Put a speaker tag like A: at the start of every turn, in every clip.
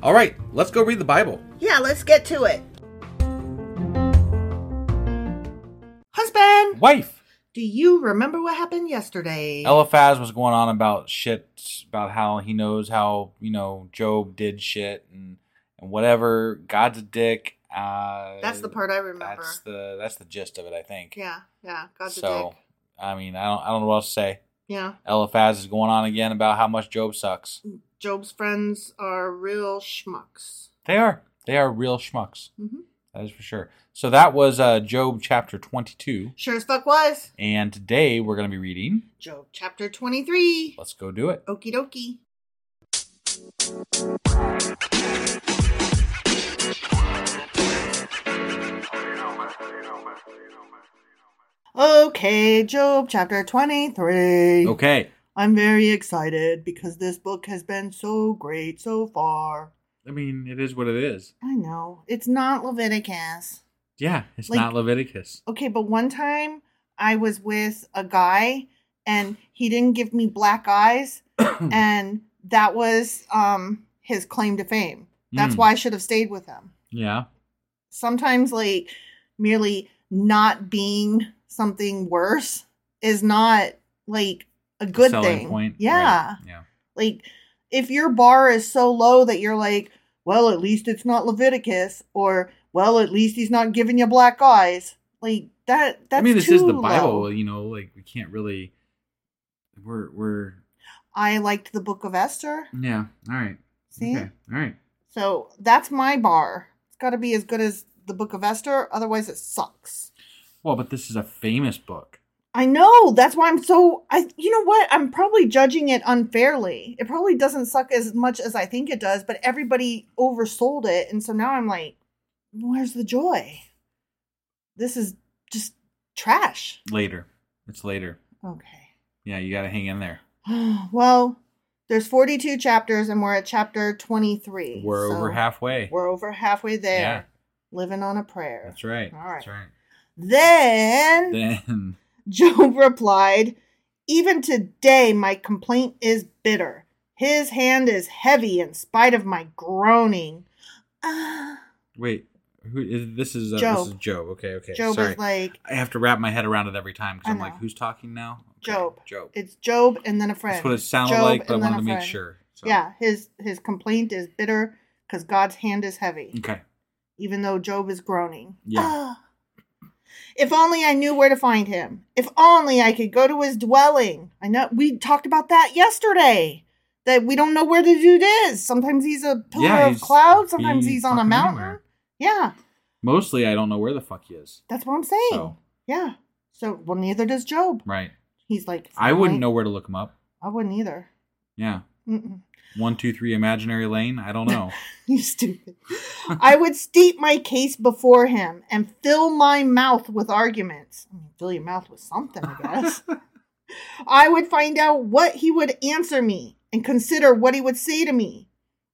A: All right, let's go read the Bible.
B: Yeah, let's get to it. Husband,
A: Wife!
B: do you remember what happened yesterday?
A: Eliphaz was going on about shit, about how he knows how, you know, Job did shit and, and whatever. God's a dick. Uh,
B: That's the part I remember.
A: That's the, that's the gist of it, I think.
B: Yeah, yeah, God's a
A: so,
B: dick.
A: I mean, I don't, I don't know what else to say.
B: Yeah,
A: Eliphaz is going on again about how much Job sucks.
B: Job's friends are real schmucks.
A: They are. They are real schmucks.
B: Mhm.
A: That is for sure. So that was uh, Job chapter 22.
B: Sure as fuck was.
A: And today we're going to be reading.
B: Job chapter 23.
A: Let's go do it.
B: Okie dokie. Okay, Job chapter 23.
A: Okay.
B: I'm very excited because this book has been so great so far.
A: I mean, it is what it is.
B: I know. It's not Leviticus.
A: Yeah, it's
B: Like-
A: not Leviticus.
B: Okay, but one time I was with a guy and he didn't give me black eyes and that was um his claim to fame. That's
A: Mm.
B: why I should have stayed with him.
A: Yeah.
B: Sometimes like merely not being something worse is not like a good
A: Selling
B: thing.
A: Point.
B: Yeah.
A: Right. Yeah.
B: Like, if your bar is so low that you're like, well, at least it's not Leviticus, or well, at least he's not giving you black eyes. Like that. That's
A: I mean, this
B: too
A: is the Bible.
B: low.
A: You know, like we can't really. We're we're
B: I liked the Book of Esther,
A: yeah. All right.
B: See?
A: Okay. All right.
B: so that's my bar. It's got to be as good as the Book of Esther, otherwise it sucks.
A: Well, but this is a famous book.
B: I know. That's why I'm so. I. You know what? I'm probably judging it unfairly. It probably doesn't suck as much as I think it does, but everybody oversold it, and so now I'm like, where's the joy? This is just trash.
A: Later. It's later.
B: Okay.
A: Yeah, you got to hang in there.
B: Well, there's 42 chapters, and we're at chapter 23.
A: We're
B: so
A: over halfway.
B: We're over halfway there.
A: Yeah.
B: Living on a prayer.
A: That's right.
B: All right.
A: That's right.
B: Then
A: Then
B: Job replied, Even today my complaint is bitter. His hand is heavy in spite of my groaning. Ah,
A: wait, who is this? Is uh,
B: Job.
A: this is Job? Okay, okay.
B: Job
A: Sorry,
B: is like
A: I have to wrap my head around it every time because
B: I
A: I'm like,
B: know.
A: who's talking now? Okay,
B: Job.
A: Job.
B: It's Job and then a friend.
A: That's what it sounded
B: Job
A: like, but I
B: and then
A: wanted to
B: a
A: make
B: friend.
A: sure. So-
B: Yeah, his his complaint is bitter because God's hand is heavy.
A: Okay.
B: even though Job is groaning.
A: Yeah.
B: Ah. If only I knew where to find him. If only I could go to his dwelling. I know we talked about that yesterday. That we don't know where the dude is. Sometimes he's a pillar
A: Yeah,
B: of
A: he's-
B: cloud. Sometimes
A: he
B: he's on a
A: fucking
B: mountain.
A: anywhere.
B: Yeah,
A: Mostly, I don't know where the fuck he is.
B: that's what I'm saying.
A: So
B: Yeah. So well, neither does Job.
A: right,
B: He's like
A: I wouldn't know where to look him up.
B: I wouldn't either.
A: Yeah,
B: Mm-mm.
A: one, two, three, imaginary lane. I don't know.
B: You stupid. I would state my case before him and fill my mouth with arguments. I mean, fill your mouth with something, I guess. I would find out what he would answer me and consider what he would say to me.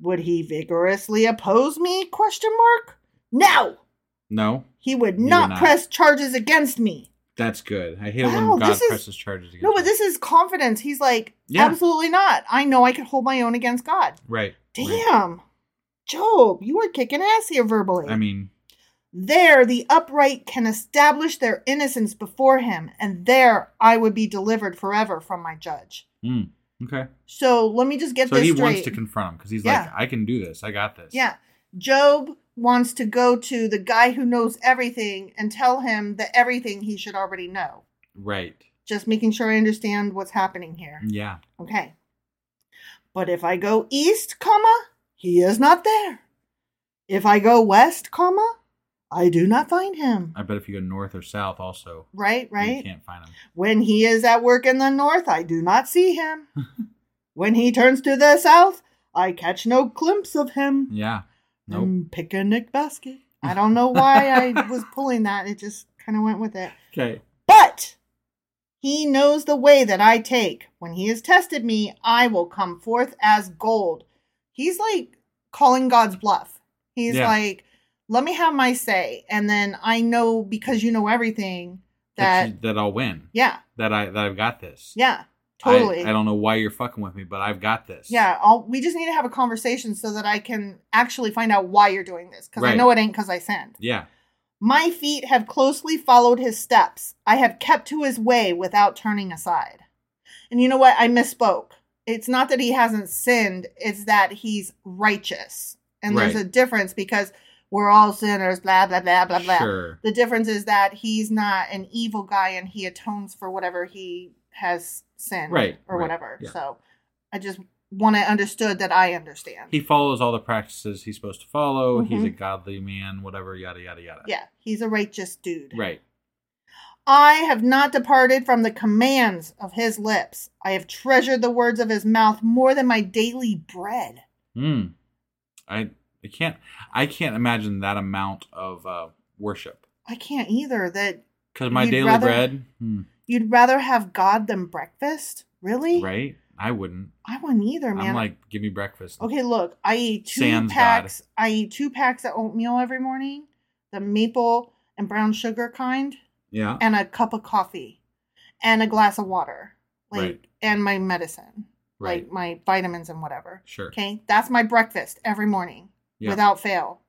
B: Would he vigorously oppose me? Question mark. No,
A: no,
B: he would
A: He would
B: not
A: not.
B: press charges against me.
A: that's good. I hate it
B: Wow,
A: when God
B: this is-
A: presses charges against.
B: No, but
A: me.
B: this is confidence. He's like,
A: Yeah.
B: absolutely not. I know I can hold my own against God.
A: right. right.
B: Damn, Job, you are kicking ass here verbally.
A: I mean,
B: There the upright can establish their innocence before him, and there I would be delivered forever from my judge.
A: mm, okay.
B: So let me just get
A: So
B: this
A: he
B: straight.
A: wants to confront him because he's
B: Yeah.
A: like, I can do this. I got this.
B: yeah. Job wants to go to the guy who knows everything and tell him that everything he should already know.
A: Right.
B: Just making sure I understand what's happening here.
A: Yeah.
B: Okay. But if I go east, comma, he is not there. If I go west, comma, I do not find him.
A: I bet if you go north or south, also,
B: Right, right?
A: you can't find him.
B: When he is at work in the north, I do not see him. when he turns to the south, I catch no glimpse of him.
A: Yeah. Nope.
B: I'm picnic basket. I don't know why I was pulling that. It just kind of went with it.
A: Okay.
B: But he knows the way that I take. When he has tested me, I will come forth as gold. He's like calling God's bluff. He's
A: Yeah.
B: like, let me have my say. And then I know because you know everything
A: That,
B: that,
A: you- that I'll win.
B: yeah,
A: That I that I've got this. I-
B: yeah, totally.
A: I, don't know why you're fucking with me, but I've got this.
B: Yeah, I'll, we just need to have a conversation so that I can actually find out why you're doing this because I
A: Right.
B: know it ain't because I sinned.
A: Yeah.
B: My feet have closely followed his steps. I have kept to his way without turning aside. And you know what? I misspoke. It's not that he hasn't sinned, it's that he's righteous. And there's
A: Right.
B: a difference because we're all sinners, blah, blah, blah, blah, blah.
A: Sure.
B: The difference is that he's not an evil guy and he atones for whatever he has sinned
A: Right,
B: or
A: right,
B: whatever.
A: yeah.
B: So I just want it understood that I understand.
A: He follows all the practices he's supposed to follow. He's
B: Mhm.
A: a godly man, whatever, yada yada yada.
B: yeah, he's a righteous dude.
A: Right.
B: I have not departed from the commands of his lips. I have treasured the words of his mouth more than my daily bread.
A: Hmm. I I can't I can't imagine that amount of uh, worship
B: I can't either. That
A: because my
B: You'd
A: daily
B: rather-
A: bread. Hmm,
B: you'd rather have God than breakfast? Really?
A: right. I wouldn't.
B: I wouldn't either, man.
A: I'm like, give me breakfast.
B: okay, look, I eat two
A: Sans
B: packs. I eat two packs of oatmeal every morning, the maple and brown sugar kind,
A: Yeah.
B: and a cup of coffee, and a glass of water, like,
A: Right.
B: and my medicine,
A: Right.
B: like my vitamins and whatever.
A: Sure.
B: Okay, that's my breakfast every morning.
A: Yeah.
B: without fail.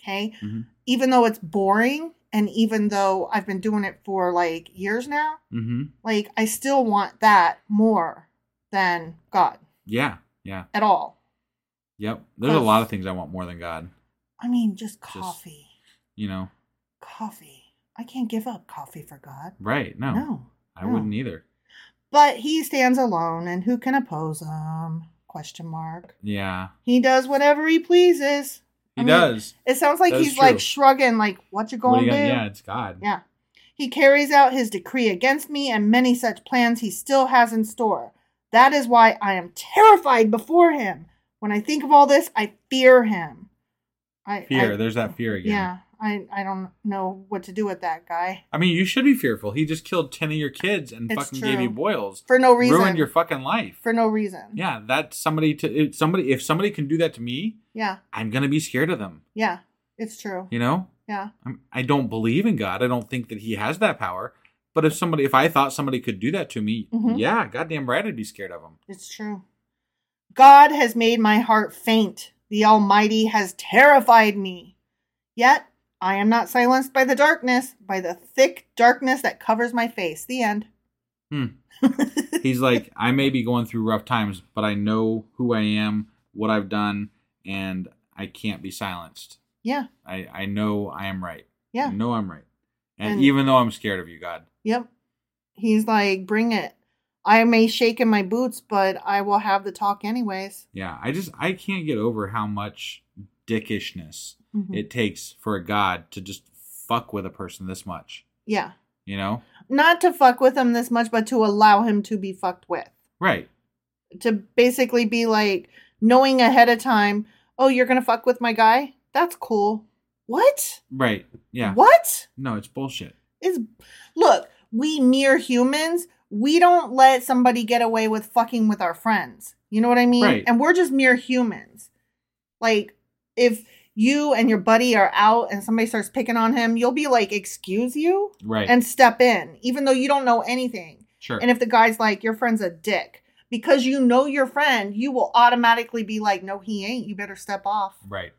B: Okay.
A: Mhm.
B: Even though it's boring and even though I've been doing it for like years now,
A: Mm-hmm.
B: like I still want that more than God
A: Yeah. Yeah.
B: at all.
A: Yep. There's a
B: Cause-
A: lot of things I want more than God.
B: I mean, just coffee.
A: You know.
B: Coffee. I can't give up coffee for God.
A: Right. No.
B: No.
A: I
B: no.
A: wouldn't e- either.
B: But he stands alone and who can oppose him? Question mark.
A: Yeah.
B: He does whatever he pleases.
A: He
B: I mean,
A: does.
B: It sounds like
A: That is
B: he's like
A: true.
B: shrugging, like, what you
A: What are
B: gonna
A: you
B: do?
A: gonna- yeah, it's God.
B: Yeah. He carries out his decree against me and many such plans he still has in store. That is why I am terrified before him. When I think of all this, I fear him. I
A: Fear.
B: I-
A: There's that fear again.
B: Yeah, I I don't know what to do with that guy
A: I mean, you should be fearful. He just killed 10 of your kids and
B: It's
A: fucking
B: true.
A: gave you boils.
B: for no reason.
A: Ruined your fucking life.
B: for no reason.
A: yeah, that's somebody to if somebody if somebody can do that to me,
B: yeah,
A: I'm going to be scared of them,
B: yeah. It's true.
A: you know?
B: Yeah,
A: I'm, I don't believe in God. I don't think that He has that power. But if somebody, if I thought somebody could do that to me,
B: Mhm.
A: yeah, goddamn right, I'd be scared of him.
B: it's true. God has made my heart faint. The Almighty has terrified me. Yet I am not silenced by the darkness, by the thick darkness that covers my face. The end.
A: Hmm. He's like, I may be going through rough times, but I know who I am, what I've done, and I can't be silenced.
B: Yeah.
A: I, I know I am right.
B: Yeah.
A: I know I'm right. And,
B: And-
A: even though I'm scared of you, God,
B: Yep. He's like, bring it. I may shake in my boots, but I will have the talk anyways.
A: yeah, I just I can't get over how much dickishness
B: Mhm.
A: it takes for a God to just fuck with a person this much.
B: Yeah.
A: You know,
B: Not to fuck with him this much, but to allow him to be fucked with.
A: right?
B: To basically be like knowing ahead of time, oh, you're going to fuck with my guy? That's cool. What?
A: Right. Yeah.
B: What?
A: No, it's bullshit.
B: Is look, we mere humans, we don't let somebody get away with fucking with our friends. You know what I mean?
A: Right.
B: And we're just mere humans. Like if you and your buddy are out and somebody starts picking on him, you'll be like, "Excuse you?"
A: Right.
B: and step in, even though you don't know anything.
A: sure.
B: And if the guy's like, "Your friend's a dick," because you know your friend, you will automatically be like, "No, he ain't. You better step off."
A: right.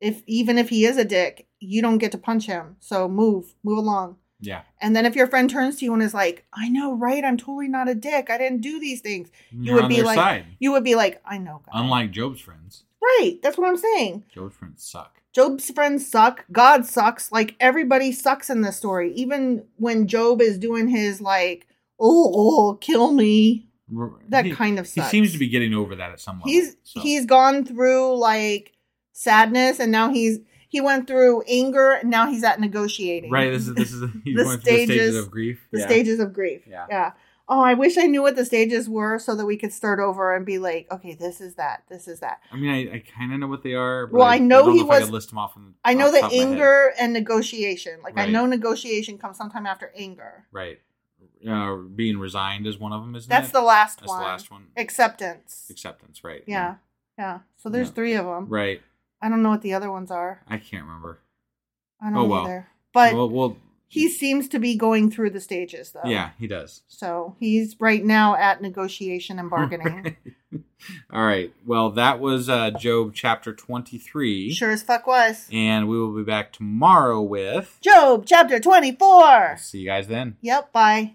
B: If even if he is a dick, you don't get to punch him. So move, move along.
A: Yeah.
B: And then if your friend turns to you and is like, "I know, right? I'm totally not a dick. I didn't do these things," you
A: You're
B: would
A: on
B: be
A: their
B: like,
A: side.
B: "You would be like, I know, God.
A: Unlike Job's friends,
B: right? That's what I'm saying.
A: Job's friends suck.
B: Job's friends suck. God sucks. Like everybody sucks in this story. Even when Job is doing his like, "Oh, oh, kill me,"
A: R-
B: That kind of
A: He
B: sucks.
A: seems to be getting over that at some level.
B: he's
A: so.
B: he's gone through like sadness, and now he's he went through anger, and now he's at negotiating.
A: right. This is this is he's
B: The
A: going through the stages
B: stages-
A: of grief.
B: the
A: Yeah.
B: stages of grief.
A: Yeah.
B: Oh, I wish I knew what the stages were so that we could start over and be like, okay, this is that, this is that.
A: I mean, I, I kind of know what they are. But
B: Well, I know
A: don't
B: he
A: if I could
B: was-
A: list them off. in-
B: I know
A: off
B: that
A: top of my head.
B: anger and negotiation. Like I
A: Right.
B: know negotiation comes sometime after anger.
A: Right. Uh, being resigned is one of them, isn't
B: That's
A: it?
B: the last
A: That's
B: one.
A: the last one.
B: Acceptance.
A: Acceptance. Right.
B: yeah. Yeah. So there's
A: Yeah.
B: three of them.
A: Right.
B: I don't know what the other ones are.
A: I can't remember.
B: I don't
A: Oh, well.
B: either. But
A: well, well,
B: he seems to be going through the stages though.
A: yeah, he does.
B: So he's right now at negotiation and bargaining.
A: All right. Well, that was uh, Job chapter 23.
B: sure as fuck was.
A: And we will be back tomorrow with.
B: Job chapter 24.
A: See you guys then.
B: Yep, bye.